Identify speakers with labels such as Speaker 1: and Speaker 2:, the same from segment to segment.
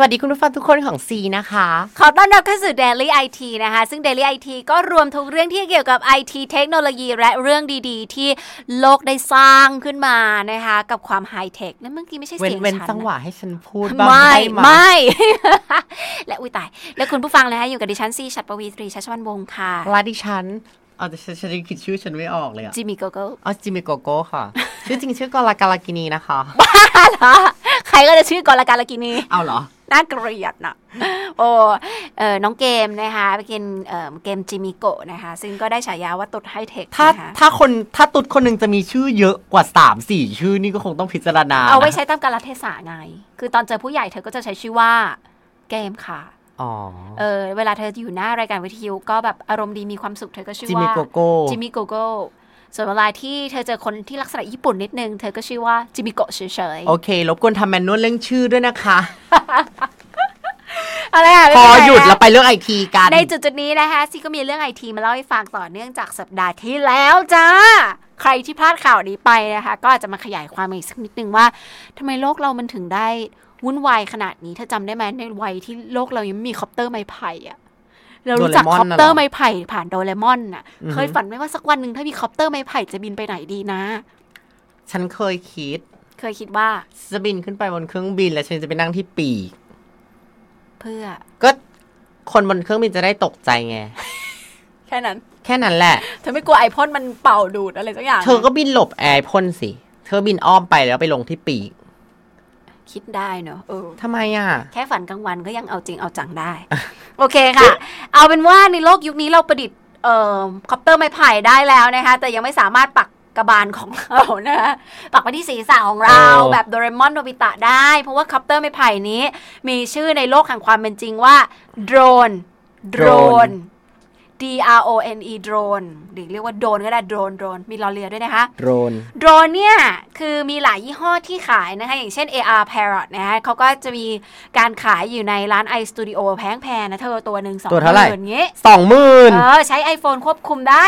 Speaker 1: วัสดีคุณผู้ฟังทุกคนของซีนะคะ
Speaker 2: ขอต้อนรับเข้าสู่ Daily IT นะคะ ซึ่ง Daily IT ก็รวมทุกเรื่องที่เกี่ยวกับ IT เทคโนโลยีและเรื่องดีๆ ที่โลกได้สร้างขึ้นมานะคะ กับความไฮเทคนั่นเมื่อกี้ไม่ใช่
Speaker 1: เว้
Speaker 2: เสี
Speaker 1: น
Speaker 2: ยง
Speaker 1: เว้น
Speaker 2: ฉัน
Speaker 1: จังห
Speaker 2: นะ
Speaker 1: วะให้ฉันพูดบ้าง
Speaker 2: ไม่
Speaker 1: ด้ห
Speaker 2: ไม่ และอุ้ยตาย และคุณผู้ฟังนะคะอยู่กับดิฉันซีชัดปวีตรีชัชวันวงศ์ค่ะ
Speaker 1: และดิฉันเอาแต่ฉันฉันยังคิดชื่อฉันไม่ออกเลยอะ
Speaker 2: จิมมี่โกโก้
Speaker 1: อ๋อจิมิโกโก้ ค่ะ ชื่อจริงชื่อกอลากาลากินีนะคะ
Speaker 2: ใครก็จะชื่อกรการละกินี
Speaker 1: เอาเหรอ
Speaker 2: น่าเกลียดนะโอ้เออน้องเกมนะคะไปกินเอ่อเกมจิมิโกะนะคะ ซึ่งก็ได้ฉายาว่าตุดไฮเทค
Speaker 1: ถ้า
Speaker 2: นะคะ
Speaker 1: ถ้าคนถ้าตุ๊ดคนหนึ่งจะมีชื่อเยอะกว่า 3 4 ชื่อนี่ก็คงต้องพิจารณา
Speaker 2: เอาไว้
Speaker 1: นะ
Speaker 2: ใช้ตามกาลเทศะไง คือตอนเจอผู้ใหญ่เธอก็จะใช้ชื่อว่าเกมค่ะ
Speaker 1: อ๋อ
Speaker 2: เออเวลาเธออยู่หน้ารายการวิทยุก็แบบอารมณ์ดีมีความสุขเธอก็ชื่อว่า
Speaker 1: จิมิโกโก้
Speaker 2: จิมิโกโก้ส่วนเวลาที่เธอเจอคนที่ลักษณะญี่ปุ่นนิดนึง เธอก็ชื่อว่าจิมิโกะเฉย
Speaker 1: โอเครบกวนทำแมนนวลเรื่องชื่อด้วยนะคะ
Speaker 2: ๆอะไรอ่ะ
Speaker 1: พ
Speaker 2: ไม่
Speaker 1: อ
Speaker 2: เป็นไร
Speaker 1: หยุด
Speaker 2: นะ
Speaker 1: แล้วไปเรื่องไอทีกัน
Speaker 2: ในจุดจุดๆนี้นะคะซีก็มีเรื่องไอทีมาเล่าให้ฟังต่อเนื่องจากสัปดาห์ที่แล้วจ้า ใครที่พลาดข่าวนี้ไปนะคะ ก็อาจจะมาขยายความอีกสักนิดนึงว่าทำไมโลกเรามันถึงได้วุ่นวายขนาดนี้เธอจำได้ไหมในวัยที่โลกเรายังไม่มีคอปเตอร์ไม้ไผ่อะเรารู้จัก
Speaker 1: โดเรมอน
Speaker 2: คอปเตอ
Speaker 1: น่ะเหรอ
Speaker 2: ร์ไม้ไผ่ผ่านโดเรมอนน่ะ
Speaker 1: อือฮึ
Speaker 2: เคยฝันไหมว่าสักวันหนึ่งถ้ามีคอปเตอร์ไม้ไผ่จะบินไปไหนดีนะ
Speaker 1: ฉันเคยคิด
Speaker 2: เคยคิดว่า
Speaker 1: จะบินขึ้นไปบนเครื่องบิน แล้วฉันจะไปนั่งที่ปีก
Speaker 2: เพื่อ
Speaker 1: ก็คนบนเครื่องบินจะได้ตกใจไง
Speaker 2: แค่นั้น
Speaker 1: แค่นั้นแหละ
Speaker 2: เธอไม่กลัวไอพ่นมันเป่าดูดอะไรสักอย่าง
Speaker 1: เธอก็บินหลบแอร์พ่นสิ เธอบินอ้อมไปแล้วไปลงที่ปีก
Speaker 2: คิดได้เนอะเออ
Speaker 1: ทำไมอ่ะ
Speaker 2: แค่ฝันกลางวันก็ยังเอาจริงเอาจัง ได้ โอเคค่ะ เอาเป็นว่าในโลกยุคนี้เราประดิษฐ์เอ่อคอปเตอร์ไม้ไผ่ได้แล้วนะคะ แต่ยังไม่สามารถปักกระบาลของเรานะคะปักไปที่ศีรษะของเรา
Speaker 1: เออ
Speaker 2: แบบโดเรมอนโนบิตะได้ เพราะว่าคอปเตอร์ไม้ไผ่นี้ มีชื่อในโลกแห่งความเป็นจริงว่าโดรนโดรน D R O N E โดรนหรือเรียกว่าโดรนก็ได้โดรนโดรนมีลอเลียด้วยนะคะ
Speaker 1: โดรน
Speaker 2: โดรนเนี่ย คือมีหลายยี่ห้อที่ขายนะคะ อย่างเช่น AR Parrot นะคะเขาก็จะมีการขายอยู่ในร้าน iStudio แพงๆนะเธอตัวหนึ่งสอง
Speaker 1: ตัวเท่าไหร่
Speaker 2: มื่นเงี้ย
Speaker 1: สองหมื่น
Speaker 2: เออใช้ iPhone ควบคุมได้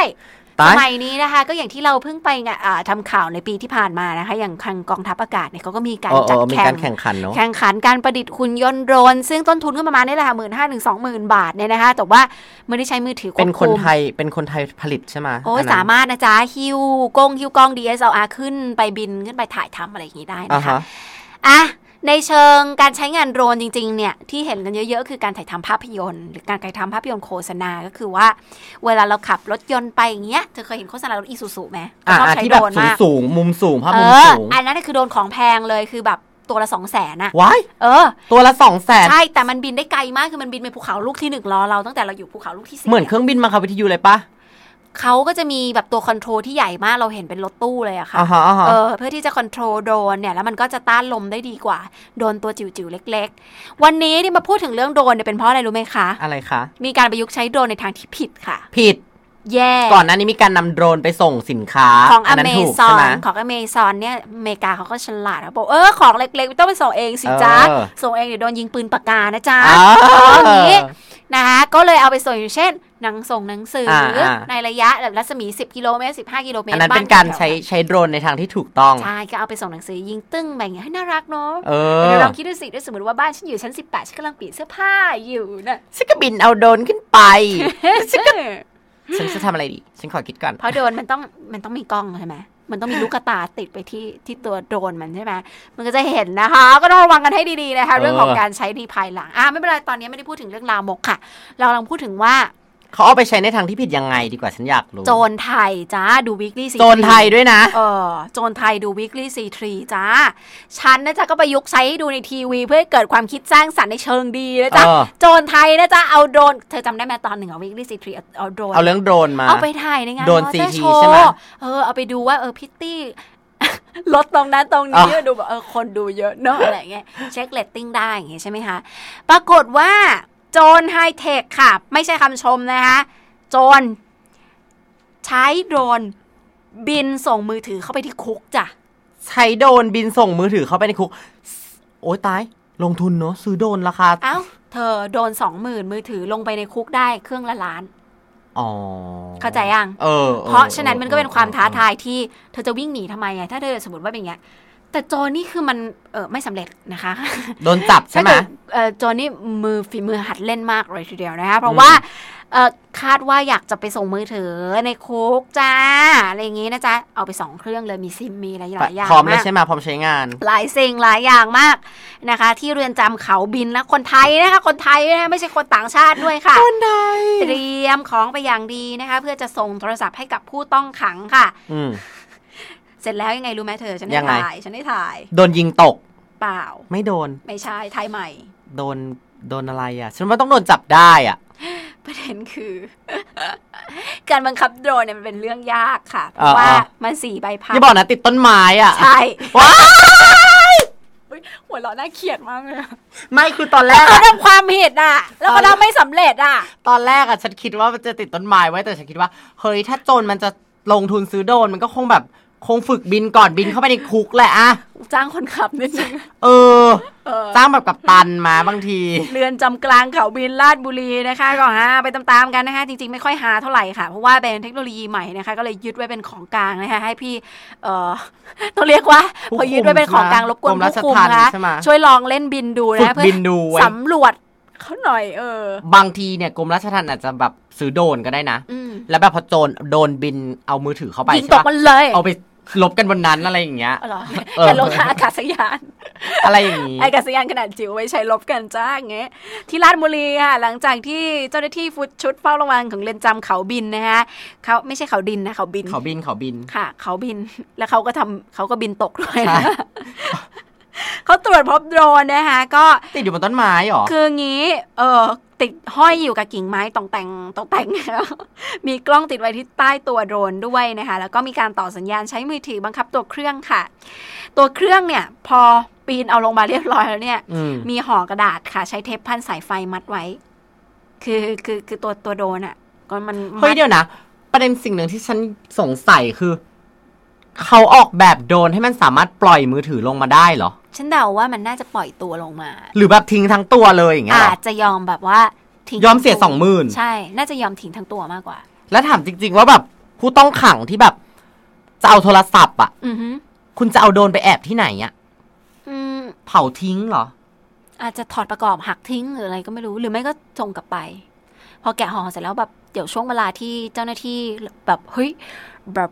Speaker 1: ตา
Speaker 2: ส
Speaker 1: ย
Speaker 2: มัยนี้นะคะ ก็อย่างที่เราเพิ่งไปงะอ่าทำข่าวในปีที่ผ่านมานะคะ อย่างทางกองทัพอากาศเนี่ยเขาก็มีการ
Speaker 1: เออเอ
Speaker 2: จัด
Speaker 1: อมี
Speaker 2: แข่
Speaker 1: การ
Speaker 2: ง
Speaker 1: แข่งขันเนาะ
Speaker 2: แข่งขันการประดิษฐ์หุ่นยนต์โดรน ซึ่งต้นทุนก็ประมาณนี้แหละค่ะหมื่นห้าถึงสองหมื่นบาทเนี่ยนะคะ แต่ว่าไม่ได้ใช้มือถือควบคุม
Speaker 1: เป็นคนไทย เป็นคนไทยผลิตใช่ไหม
Speaker 2: โอ้
Speaker 1: น
Speaker 2: ย
Speaker 1: นั้น
Speaker 2: สามารถนะจ๊ะฮิวกล้องฮิวกล้อง DSLR ขึ้นไปบินขึ้นไปถ่ายทำอะไรอย่างนี้ได้
Speaker 1: อ่า
Speaker 2: นะคะ
Speaker 1: ฮะ
Speaker 2: อ่ะ ในเชิงการใช้งานโดรนจริงๆ เนี่ย ที่เห็นกันเยอะๆ คือการถ่ายทำภาพยนตร์ หรือการถ่ายทำภาพยนตร์โฆษณาก็คือว่า เวลาเราขับรถยนต์ไปอย่างเงี้ยเธอเคยเห็นโฆษณารถอีซูซูไหม
Speaker 1: อ่า
Speaker 2: ชอบ
Speaker 1: อ่า
Speaker 2: ใช้
Speaker 1: ที่
Speaker 2: โด
Speaker 1: แบบ
Speaker 2: รนมาก
Speaker 1: สูงๆมุมสูงภาพ
Speaker 2: เอ
Speaker 1: มุม
Speaker 2: อ
Speaker 1: สูง
Speaker 2: อันนั้นนะคือโดรนของแพงเลยคือแบบตัวละสองแสนอะ
Speaker 1: ว้าย
Speaker 2: เออ
Speaker 1: ตัวละสองแสน
Speaker 2: ใช่แต่มันบินได้ไกลมากคือมันบินไปภูเขาลูกที่หนึ่งรอเราตั้งแต่เราอยู่ภูเขาลูกที่สี่
Speaker 1: เหมือน
Speaker 2: อะ
Speaker 1: เครื่องบินมาคาวิทยุเลยปะ
Speaker 2: เขาก็จะมีแบบตัวคอนโทรลที่ใหญ่มากเราเห็นเป็นรถตู้เลยอะค่ะ
Speaker 1: อ่าฮะอ่าฮะ
Speaker 2: เออเพื่อที่จะคอนโทรลโดรนเนี่ยแล้วมันก็จะต้านลมได้ดีกว่า โดรนตัวจิ๋วๆเล็ก ๆ วันนี้ที่มาพูดถึงเรื่องโดรนเนี่ยเป็นเพราะอะไรรู้ไหมคะ
Speaker 1: อะไรคะ
Speaker 2: มีการประยุกต์ใช้โดรนในทางที่ผิดค่ะ
Speaker 1: ผิด
Speaker 2: แย่
Speaker 1: ก่อนหน้านี้มีการนำโดรนไปส่งสินค้า
Speaker 2: ของอ
Speaker 1: นั้น
Speaker 2: เม
Speaker 1: ถูก
Speaker 2: ซอ
Speaker 1: ใช่ไหม
Speaker 2: นของอเมซอนเนี่ยอเมริกาเขาก็ฉลาดนะบอกเออของเล็กๆไม่ต้องไปส่งเองสิจ๊ะ
Speaker 1: เออ
Speaker 2: ส่งเองเดี๋ยวโดนยิงปืนปากกานะจ๊ะ
Speaker 1: อ่า
Speaker 2: อย่างนี้ นะคะก็เลยเอาไปส่งอย่างเช่น หนังส่งหนังสืออา
Speaker 1: อ่า
Speaker 2: ในระยะแบบรัศมี 10กิโลเมตร15กิโลเมตร
Speaker 1: อันนั้นเป็น
Speaker 2: บ้
Speaker 1: การ
Speaker 2: แถวๆ
Speaker 1: ใช้ใช้โดรนในทางที่ถูกต้อง
Speaker 2: ใช่ก็เอาไปส่งหนังสือยิงตึ้งแบบอย่างเงี้ยให้น่ารักเนาะ
Speaker 1: เอ
Speaker 2: เดี๋
Speaker 1: อ
Speaker 2: ยวลองคิดดูสิถ้าสมมติว่าบ้านฉันอยู่ชั้น 18 ฉันกำลังเปลี่ยนเสื้อผ้าอยู่ นะ
Speaker 1: ฉันก็บินเอาโดรนขึ้นไป ฉันจะทำอะไรดี ฉันขอคิดก่อน
Speaker 2: เพราะโดรนมันต้องมันต้องมีกล้องใช่ไหมมันต้องมีลูกตาติดไปที่ที่ตัวโดรนมันใช่ไหมมันก็จะเห็นนะคะ ก็ต้องระวังกันให้ดีๆนะคะ
Speaker 1: เออ
Speaker 2: เรื่องของการใช้ดีภายหลังอ่ะไม่เป็นไรตอนนี้ไม่ได้พูดถึงเรื่องลามกค่ะ เรากำลังพูดถึงว่า
Speaker 1: เขาเอาไปใช้ในทางที่ผิดยังไงดีกว่าฉันอยากรู้
Speaker 2: โจรไทยจ้าดู weekly
Speaker 1: โจรไทยด้วยนะ
Speaker 2: เออโจนไทยดู weekly C3 จ้า ฉันนะจ๊ะก็ประยุกต์ใช้ให้ดูในทีวีเพื่อให้เกิดความคิดสร้างสรรค์ในเชิงดีนะจ๊ะ
Speaker 1: เออ
Speaker 2: โจนไทยนะจ๊ะ เอาโดรน เธอจำได้ไหมตอนหนึ่งของ weekly C3 เอาเอาโดรน
Speaker 1: เอาเรื่องโดรนมา
Speaker 2: เอาไปถ่ายในงาน
Speaker 1: โดรน
Speaker 2: Motor
Speaker 1: C3
Speaker 2: Show
Speaker 1: ใช่ไหม
Speaker 2: เออ เอาไปดูว่าเออพิตตี้ ลดตรงนั้นตรงนี้ดูแบบเออคนดูเยอะเนอะอะไรเงี้ยเช็คเลตติ้งได้อย่างเงี้ยใช่ไหมคะ ปรากฏว่า โจนไฮเทคค่ะ ไม่ใช่คำชมนะคะ โจน ใช้โดรนบินส่งมือถือเข้าไปที่คุกจ้ะ
Speaker 1: ใช้โดรนบินส่งมือถือเข้าไปในคุก โอ้ยตาย ลงทุนเนาะซื้อโดรนราคา
Speaker 2: เอ้า เธอโดนสองหมื่นมือถือลงไปในคุกได้เครื่องละล้าน
Speaker 1: อ๋อ
Speaker 2: เข้าใจยัง
Speaker 1: เออออ
Speaker 2: เพราะฉะนั้นมันก็เป็นความท้า
Speaker 1: ออ
Speaker 2: ทายที่เธอจะวิ่งหนีทำไมไงถ้าเธอสมมติว่าเป็นอย่างเงี้ย แต่โจรนี่คือมันเออไม่สำเร็จนะคะ
Speaker 1: โดนจับใช่ไหม
Speaker 2: ถ้าเกิดเอ่อจอห์นนี่มือฝีมือหัดเล่นมากเลยทีเดียวนะคะเพราะว่าเอ่อคาดว่าอยากจะไปส่งมือถือในคุกจ้าอะไรอย่างงี้นะจ๊ะ เอาไปสองเครื่องเลยมีซิมมีอะไรหลายอย่าง
Speaker 1: พร้อมแล้ว
Speaker 2: มาก
Speaker 1: ใช่ไหมพร้อมใช้งาน
Speaker 2: หลายสิ่งหลายอย่างมากนะคะ ที่เรือนจำเขาบินนะคนไทยนะคะคนไทยนะคะไม่ใช่คนต่างชาติด้วยค่ะ
Speaker 1: คนใด
Speaker 2: เตรียมของไปอย่างดีนะคะ เพื่อจะส่งโทรศัพท์ให้กับผู้ต้องขังค่ะ
Speaker 1: อืม
Speaker 2: เสร็จแล้วยังไงรู้ไหมเธอฉันได้
Speaker 1: ยังไง
Speaker 2: ถ่ายฉันได้ถ่าย
Speaker 1: โดนยิงตก
Speaker 2: เปล่า
Speaker 1: ไม่โดน
Speaker 2: ไม่ใช่ถ่ายใหม่
Speaker 1: โดน โดนอะไรอ่ะ ฉันว่าต้องโดนจับได้อ่ะ
Speaker 2: ประเด็นคือ การบังคับโดรนเนี่ยมันเป็นเรื่องยากค่ะเพ
Speaker 1: อ่า
Speaker 2: ราะว่า
Speaker 1: อ่า
Speaker 2: มันสี่ใบพัด
Speaker 1: อย่าบอกนะติดต้นไม้อ่ะ
Speaker 2: ใช่
Speaker 1: ว้า
Speaker 2: อุ๊ยหัวเราะน่าเขียดมากเลย อะ
Speaker 1: ไม่คือตอนแรก
Speaker 2: เขา
Speaker 1: อะ
Speaker 2: ทำความผิดอ่ะ แล้วก็
Speaker 1: ตอนแรก
Speaker 2: ทำไม่สำเร็จอ่ะ
Speaker 1: ตอนแรกอ่ะฉันคิดว่ามันจะติดต้นไม้ไว้แต่ฉันคิดว่าเฮ้ยถ้าโจรมันจะลงทุนซื้อโดรนมันก็คงแบบคงฝึกบินก่อนบินเข้าไปในคุกแหละอะ
Speaker 2: จ้างคนขับนิดนึง
Speaker 1: เออ
Speaker 2: เออ
Speaker 1: จ้างแบบกับตันมาบางที
Speaker 2: เรือนจำกลางเขาบินลาดบุรีนะคะ ก็ฮาไปตามๆกันนะคะ จริงๆไม่ค่อยหาเท่าไหร่ค่ะ เพราะว่าเป็นเทคโนโลยีใหม่นะคะ ก็เลยยึดไว้เป็นของกลางนะคะ ให้พี่ เอ่อ ต้องเรียกว่า
Speaker 1: ผู้
Speaker 2: พอยึดไว้เป็นของกลางรบกวน
Speaker 1: กรมรา
Speaker 2: ผู้
Speaker 1: ช
Speaker 2: คุม
Speaker 1: ทัณฑ์
Speaker 2: นะคะ
Speaker 1: ใช่ไหม
Speaker 2: ช่วยลองเล่นบินดู
Speaker 1: ฝึ
Speaker 2: นะ
Speaker 1: ก
Speaker 2: เพื่อ
Speaker 1: บินดูไว้
Speaker 2: สำรวจเขาหน่อย เออ
Speaker 1: บางทีเนี่ยกรมราชทัณฑ์อาจจะแบบซื้อโดรนก็ได้นะ
Speaker 2: อืม
Speaker 1: แล้วแบบพอโจรโดนบินเอามือถือเข้าไป
Speaker 2: ยิง
Speaker 1: ใช่
Speaker 2: ตก
Speaker 1: ปะ
Speaker 2: มันเลย
Speaker 1: เอาไปลบกันบนนั้นอะไรอย่างเงี้ย
Speaker 2: อ๋อเหรอ
Speaker 1: เออ
Speaker 2: แต่ลงทางอากาศยาน
Speaker 1: อะไรอย่างงี้
Speaker 2: อากาศยานขนาดจิ๋วไว้ใช้ลบกันจ้าอย่างเงี้ยที่ราชบุรีค่ะ หลังจากที่เจ้าหน้าที่ฟุตชุดเฝ้าระวังของเรือนจำเขาบินนะฮะเขาไม่ใช่เขาดินนะเขาบิน
Speaker 1: เขาบินเขาบิน
Speaker 2: ค่ะ เขาบิน แล้วเขาก็ทำเขาก็บินตกด้วย
Speaker 1: ใช่
Speaker 2: เขาตรวจพบโดรนนะคะก็
Speaker 1: ติดอยู่บนต้นไม้เหรอ
Speaker 2: คืองี้ เออติดห้อยอยู่กับกิ่งไม้ตองแต่งตองแต่ ง มีกล้องติดไว้ที่ใต้ตัวโดรนด้วยนะคะ แล้วก็มีการต่อสัญญาณใช้มือถือบังคับตัวเครื่องค่ะ ตัวเครื่องเนี่ย พอปีนเอาลงมาเรียบร้อยแล้วเนี่ย
Speaker 1: อืม
Speaker 2: มีห่อกระดาษค่ะ ใช้เทปพันสายไฟมัดไว้ คือคือคือตัวตัวโดรนอ่ะ ก็มันมัด
Speaker 1: เฮ้ยเดี๋ยวนะ ประเด็นสิ่งหนึ่งที่ฉันสงสัยคือ เขาออกแบบโดรนให้มันสามารถปล่อยมือถือลงมาได้เหรอ
Speaker 2: ฉันเดาว่ามันน่าจะปล่อยตัวลงมา
Speaker 1: หรือแบบทิ้งทั้งตัวเลยอย่างเงี้ยเหร
Speaker 2: อา
Speaker 1: อ
Speaker 2: จจะยอมแบบว่าทิ้ง
Speaker 1: ยอมเสียสองหมื่น
Speaker 2: ใช่ น่าจะยอมทิ้งทั้งตัวมากกว่า
Speaker 1: แล้วถามจริง ๆ ว่าแบบผู้ต้องขังที่แบบ จะเอาโทรศัพท์อ่ะ
Speaker 2: อือหือ
Speaker 1: คุณจะเอาโดรนไปแอบที่ไหนอ่ะ
Speaker 2: อืม
Speaker 1: เผาทิ้งเหรอ
Speaker 2: อาจจะถอดประกอบหักทิ้งหรืออะไรก็ไม่รู้หรือไม่ก็ส่งกลับไป พอแกะห่อเสร็จแล้วแบบเดี๋ยวช่วงเวลาที่เจ้าหน้าที่แบบเฮ้ยแบบ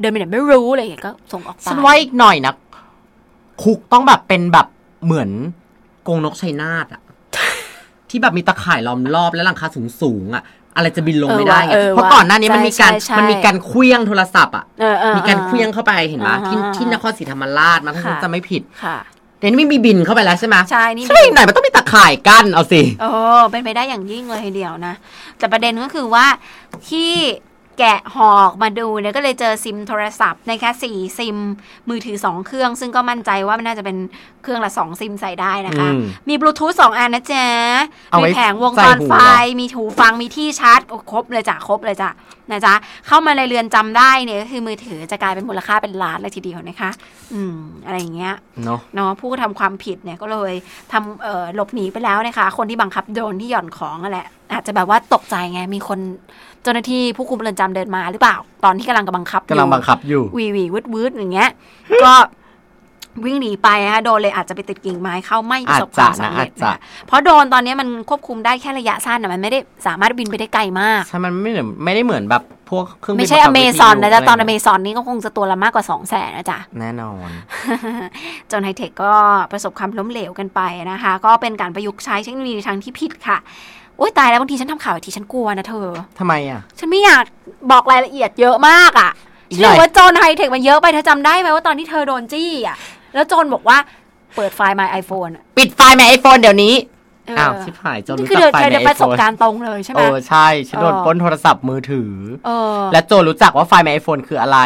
Speaker 2: เดินไปไหนไม่รู้อะไรอย่างเงี้ยก็ส่งออกไป
Speaker 1: ฉันว่าอีกหน่อยนะคุกต้องแบบเป็นแบบเหมือนกรงนกชัยนาท อะที่แบบมีตะข่ายล้อมรอบและหลังคาสูงสูงๆอะอะไรจะบินลงไม่ได้ไง
Speaker 2: เออว่ะ
Speaker 1: เพราะก่อนหน้านี้มันมีการ
Speaker 2: ใช่ใช่
Speaker 1: มันมีการเคลี้ยงโทรศัพท์อะ
Speaker 2: เออเออ
Speaker 1: มีการเคลี้ยงเข้าไปเห็นไหม
Speaker 2: อ่าฮะ
Speaker 1: ที่ที่นครศรีธรรมราชมัน
Speaker 2: ค่ะ
Speaker 1: จะไม่ผิด
Speaker 2: ค่ะ
Speaker 1: แต่นี่ไม่มีบินเข้าไปแล้วใช่ไหม
Speaker 2: ใช่นี่
Speaker 1: ใช่ไหนอยมันต้องมีตะข่ายกั้นเอาสิ
Speaker 2: โอ้เป็นไปได้อย่างยิ่งเลยทีเดียวนะ แต่ประเด็นก็คือว่าที่แกะห่อออกมาดูเนี่ยก็เลยเจอซิมโทรศัพท์นะคะสี่ซิมมือถือสองเครื่อง ซึ่งก็มั่นใจว่ามันน่าจะเป็นเครื่องละสองซิมใส่ได้นะคะ
Speaker 1: อืม
Speaker 2: มีบลูทูธสองอันนะจ๊ะ
Speaker 1: เอา
Speaker 2: มี
Speaker 1: ไว้
Speaker 2: แผงวงจรไฟ
Speaker 1: ใส่หูเหรอ
Speaker 2: มีหูฟัง มีที่ชาร์จโอ้ครบเลยจ้ะ ครบเลยจ้ะ นะจ๊ะ เข้ามาในเรือนจำได้เนี่ยก็คือมือถือจะกลายเป็นมูลค่าเป็นล้านเลยทีเดียวนะคะ อืม อะไรอย่างเงี้ย
Speaker 1: เนาะ
Speaker 2: เนาะผู้กระทำความผิดเนี่ยก็เลยทำเอ่อหลบหนีไปแล้วนะคะ คนที่บังคับโดรนที่หย่อนของนั่นแหละ อาจจะแบบว่าตกใจไง มีคนเจ้าหน้าที่ผู้คุมเรือนจำเดินมาหรือเปล่า ตอนที่กำลังกำบังคับอยู่
Speaker 1: กำลังบังคับอยู่
Speaker 2: วีวีวืดวืดอย่างเงี้ย ก็วิ่งหนีไปนะคะโดนเลยอาจจะไปติดกิ่งไม้เข้าไม่ประสบความสำเร็จ
Speaker 1: อาจจะนะอาจจะ
Speaker 2: นะคะเพราะโดรนตอนเนี้ยมันควบคุมได้แค่ระยะสั้นนะมันไม่ได้สามารถบินไปได้ไกลมาก
Speaker 1: ใช่มันไม่เหมือนไม่ได้เหมือนแบบพวกเครื่องบิน
Speaker 2: ไม่ใช่
Speaker 1: บั
Speaker 2: อง
Speaker 1: คับ
Speaker 2: เม
Speaker 1: วิทยุ
Speaker 2: ซอนนะจ๊ะ ตอนอ
Speaker 1: ไร
Speaker 2: เม
Speaker 1: เงี้ย
Speaker 2: ซอนนี่ก็คงจะตัวละมากกว่าสองแสนนะจ๊ะ
Speaker 1: แน่นอน
Speaker 2: จนไฮเทคก็ประสบความล้มเหลวกันไปนะคะ ก็เป็นการประยุกต์ใช้เทคโนโลยีในทางที่ผิดค่ะ โอ๊ยตายแล้วบางทีฉันทำข่าวอีกทีฉันกลัวนะเธอ
Speaker 1: ทำไมอ่ะ
Speaker 2: ฉันไม่อยากบอกรายละเอียดเยอะมากอะ่ะ
Speaker 1: อีก
Speaker 2: ฉั
Speaker 1: ห
Speaker 2: น
Speaker 1: น่อย
Speaker 2: รู้ว่าโจรไฮเทคมันเยอะไปเธอจำได้ไหมว่าตอนที่เธอโดนจี้อะ่ะ แล้วโจรบอกว่าเปิดไฟล์ my iPhone อะ
Speaker 1: ปิดไฟล์ในไอโฟนเดี๋ยวนี้
Speaker 2: เออ
Speaker 1: อ้าวชิบหายจน
Speaker 2: นี่
Speaker 1: รู้
Speaker 2: คือ
Speaker 1: จั
Speaker 2: เธอก
Speaker 1: ไฟ
Speaker 2: เธอ
Speaker 1: ใน
Speaker 2: ได้
Speaker 1: ไอ
Speaker 2: ประ
Speaker 1: โฟ
Speaker 2: สบ
Speaker 1: น
Speaker 2: การณ์ตรงเลยใช่ไห
Speaker 1: เอ
Speaker 2: ม
Speaker 1: อใช่ฉันโดน
Speaker 2: เออ
Speaker 1: ปล้นโทรศัพท์มือถือ
Speaker 2: เออ
Speaker 1: และโจรู้จักว่าไฟล์ในไอโฟนคืออะไร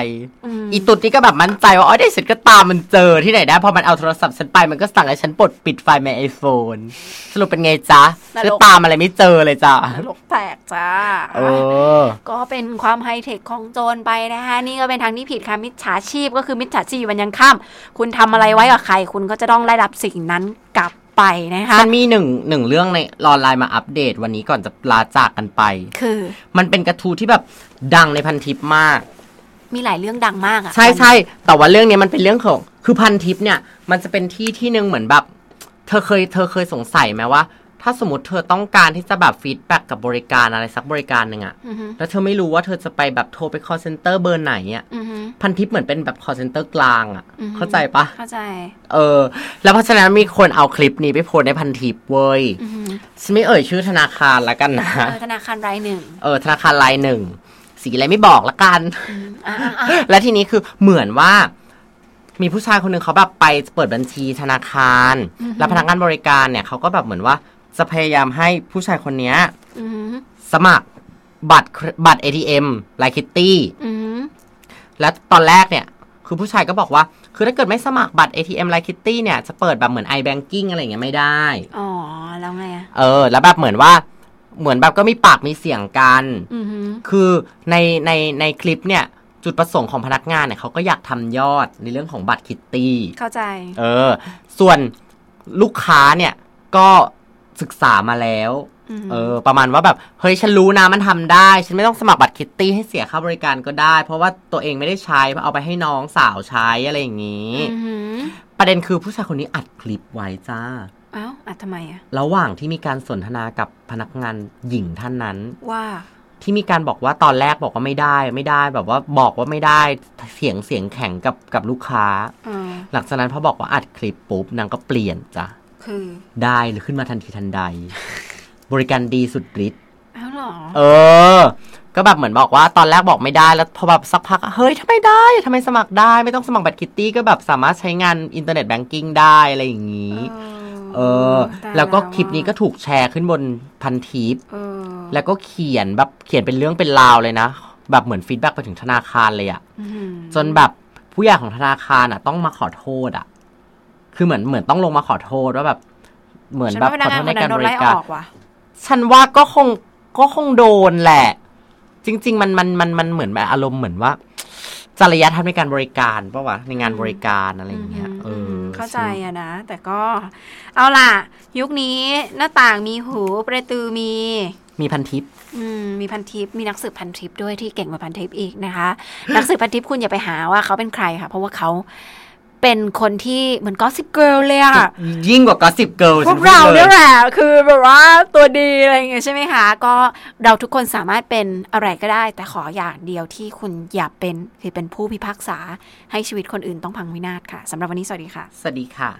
Speaker 2: ม
Speaker 1: อีตุดนี่ก็แบบมั่นใจว่าอ๋อได้เสร็จก็ตามมันเจอที่ไหนได้พอมันเอาโทรศัพท์ฉันไปมันก็สั่งให้ฉันปลดปิดไฟล์ในไอโฟนสรุปเป็นไงจ๊ะฉันก็ตามอะไรไม่เจอเลยจ้ะ
Speaker 2: นรกแตกจ้า
Speaker 1: เออ
Speaker 2: ก็เป็นความไฮเทคของโจรไปนะคะนี่ก็เป็นทางที่ผิดค่ะมิจฉาชีพก็คือมิจฉาชีพมันยังข้ามคุณทำอะไรไว้กับใคร คุณก็จะต้องได้รับสิ่งนั้นกลับไปนะคะ
Speaker 1: มันมีหนึ่งหนึ่งเรื่องในออนไลน์มาอัปเดตวันนี้ก่อนจะลาจากกันไป
Speaker 2: คือ
Speaker 1: มันเป็นกระทู้ที่แบบดังในพันทิปมาก
Speaker 2: มีหลายเรื่องดังมากอะ
Speaker 1: ใช่ใช่แต่ว่าเรื่องเนี้ยมันเป็นเรื่องของ คือพันทิปเนี่ย มันจะเป็นที่ที่หนึ่งเหมือนแบบ เธอเคยเธอเคยสงสัยไหมว่า ถ้าสมมติเธอต้องการที่จะแบบฟีดแบ็กกับบริการอะไรสักบริการหนึ่งอะ
Speaker 2: อือฮึ
Speaker 1: แล้วเธอไม่รู้ว่าเธอจะไปแบบโทรไป call center เบอร์ไหนอะ
Speaker 2: อือฮึ
Speaker 1: พันทิปเหมือนเป็นแบบ call center กลางอะ
Speaker 2: อือฮึ
Speaker 1: เข้าใจปะ
Speaker 2: เข้าใจ
Speaker 1: เออ แล้วเพราะฉะนั้นมีคนเอาคลิปนี้ไปโพสในพันทิปเว้ย
Speaker 2: อือฮึ
Speaker 1: ฉันไม่เอ่ยชื่อธนาคารละกันนะ
Speaker 2: เออธนาคารรายหนึ่ง
Speaker 1: เออธนาคารรายหนึ่ง สีอะไรไม่บอกละกัน
Speaker 2: อืมอ่ะอ่ะอ่ะ
Speaker 1: และทีนี้คือเหมือนว่า มีผู้ชายคนหนึ่งเขาแบบไปเปิดบัญชีธนาคาร แล้วพนักงานบริการเนี่ยเขาก็แบบเหมือนว่าจะพยายามให้ผู้ชายคนเนี้ย
Speaker 2: อือฮึ
Speaker 1: สมัครบัตรเครบัตร ATM ลายคิตตี้
Speaker 2: อือฮึ
Speaker 1: และตอนแรกเนี่ย คือผู้ชายก็บอกว่า คือถ้าเกิดไม่สมัครบัตร ATM ลายคิตตี้เนี่ยจะเปิดแบบเหมือน iBanking อะไรอย่างเงี้ยไม่ได้
Speaker 2: อ๋อแล้วไงอะ
Speaker 1: เออ แล้วแบบเหมือนว่า เหมือนแบบก็มีปากมีเสียงกัน
Speaker 2: อือฮึ
Speaker 1: คือในในในคลิปเนี่ย จุดประสงค์ของพนักงานเนี่ยเขาก็อยากทำยอดในเรื่องของบัตรคิตตี้
Speaker 2: เข้าใจ
Speaker 1: เออ ส่วนลูกค้าเนี่ยก็ศึกษามาแล้ว
Speaker 2: อือฮึ
Speaker 1: เออ ประมาณว่าแบบ เฮ้ย ฉันรู้นะมันทำได้ ฉันไม่ต้องสมัครบัตรคิตตี้ให้เสียค่าบริการก็ได้ เพราะว่าตัวเองไม่ได้ใช้เอาไปให้น้องสาวใช้อะไรอย่างนี้
Speaker 2: อือฮึ
Speaker 1: ประเด็นคือผู้ชายคนนี้อัดคลิปไว้จ้า
Speaker 2: เอ้าอ่ะทำไมอะ
Speaker 1: ระหว่างที่มีการสนทนากับพนักงานหญิงท่านนั้น
Speaker 2: ว่า
Speaker 1: ที่มีการบอกว่าตอนแรกบอกว่าไม่ได้ ไม่ได้แบบว่าบอกว่าไม่ได้เสียงเสียงแข็งกับกับลูกค้า
Speaker 2: เออ
Speaker 1: หลังจากนั้นพอบอกว่าอัดคลิปปุ๊บนางก็เปลี่ยนจ้ะ
Speaker 2: คือ
Speaker 1: ได้ขึ้นมาทันทีทันใด บริการดีสุดฤทธิ์
Speaker 2: เอ้าเหรอ
Speaker 1: เออ ก็แบบเหมือนบอกว่าตอนแรกบอกไม่ได้แล้วพอแบบสักพักเฮ้ยทำไมได้ทำไมสมัครได้ไม่ต้องสมัครบัตรคิตตี้ก็แบบสามารถใช้งานอินเทอร์เน็ตแบงกิ้งได้อะไรอย่างนี้ เออ
Speaker 2: ตาย
Speaker 1: แล้วก็
Speaker 2: อะ
Speaker 1: คลิปนี้ก็ถูกแชร์ขึ้นบนพันทิป
Speaker 2: เออ
Speaker 1: แล้วก็เขียนแบบเขียนเป็นเรื่องเป็นราวเลยนะ แบบเหมือนฟีดแบ็กไปถึงธนาคารเลยอะ
Speaker 2: อืม
Speaker 1: จนแบบผู้ใหญ่ของธนาคารอะต้องมาขอโทษอะคือเหมือนเหมือนต้องลงมาขอโทษว่าแบบ เหมือน
Speaker 2: ฉัน
Speaker 1: แบบ
Speaker 2: ว่าพนักงา
Speaker 1: ษ
Speaker 2: นคนนั้นโดนไล่ออกว่ะ
Speaker 1: ฉันว่าก็คงก็คงโดนแหละ จริง ๆ มันมันมันมันเหมือนแบบอารมณ์เหมือนว่าจริยธรรมในการบริการปะวะในงานบริการอะไรอย่างเงี้ยเอ
Speaker 2: อืม
Speaker 1: อ
Speaker 2: เข้าใจอะนะ แต่ก็ เอาล่ะ ยุคนี้หน้าต่างมีหูประตูมี
Speaker 1: มีพันทิป
Speaker 2: อืมมีพันทิปมีนักสืบพันทิปด้วยที่เก่งกว่าพันทิปอีกนะคะ นักสืบพันทิปคุณอย่าไปหาว่าเขาเป็นใครค่ะ เพราะว่าเขาเป็นคนที่เหมือนก็สิบเกิลเลยอะ
Speaker 1: ยิ่งกว่าก็สิบเกิล
Speaker 2: พวกเราเนี่ยแหละคือแบบว่าตัวดีอะไรอย่างเงี้ยใช่ไหมคะ ก็เราทุกคนสามารถเป็นอะไรก็ได้ แต่ขออย่างเดียวที่คุณอย่าเป็นคือเป็นผู้พิพากษาให้ชีวิตคนอื่นต้องพังวินาศค่ะสำหรับวันนี้สวัสดีค่ะ
Speaker 1: สวัสดีค่ะ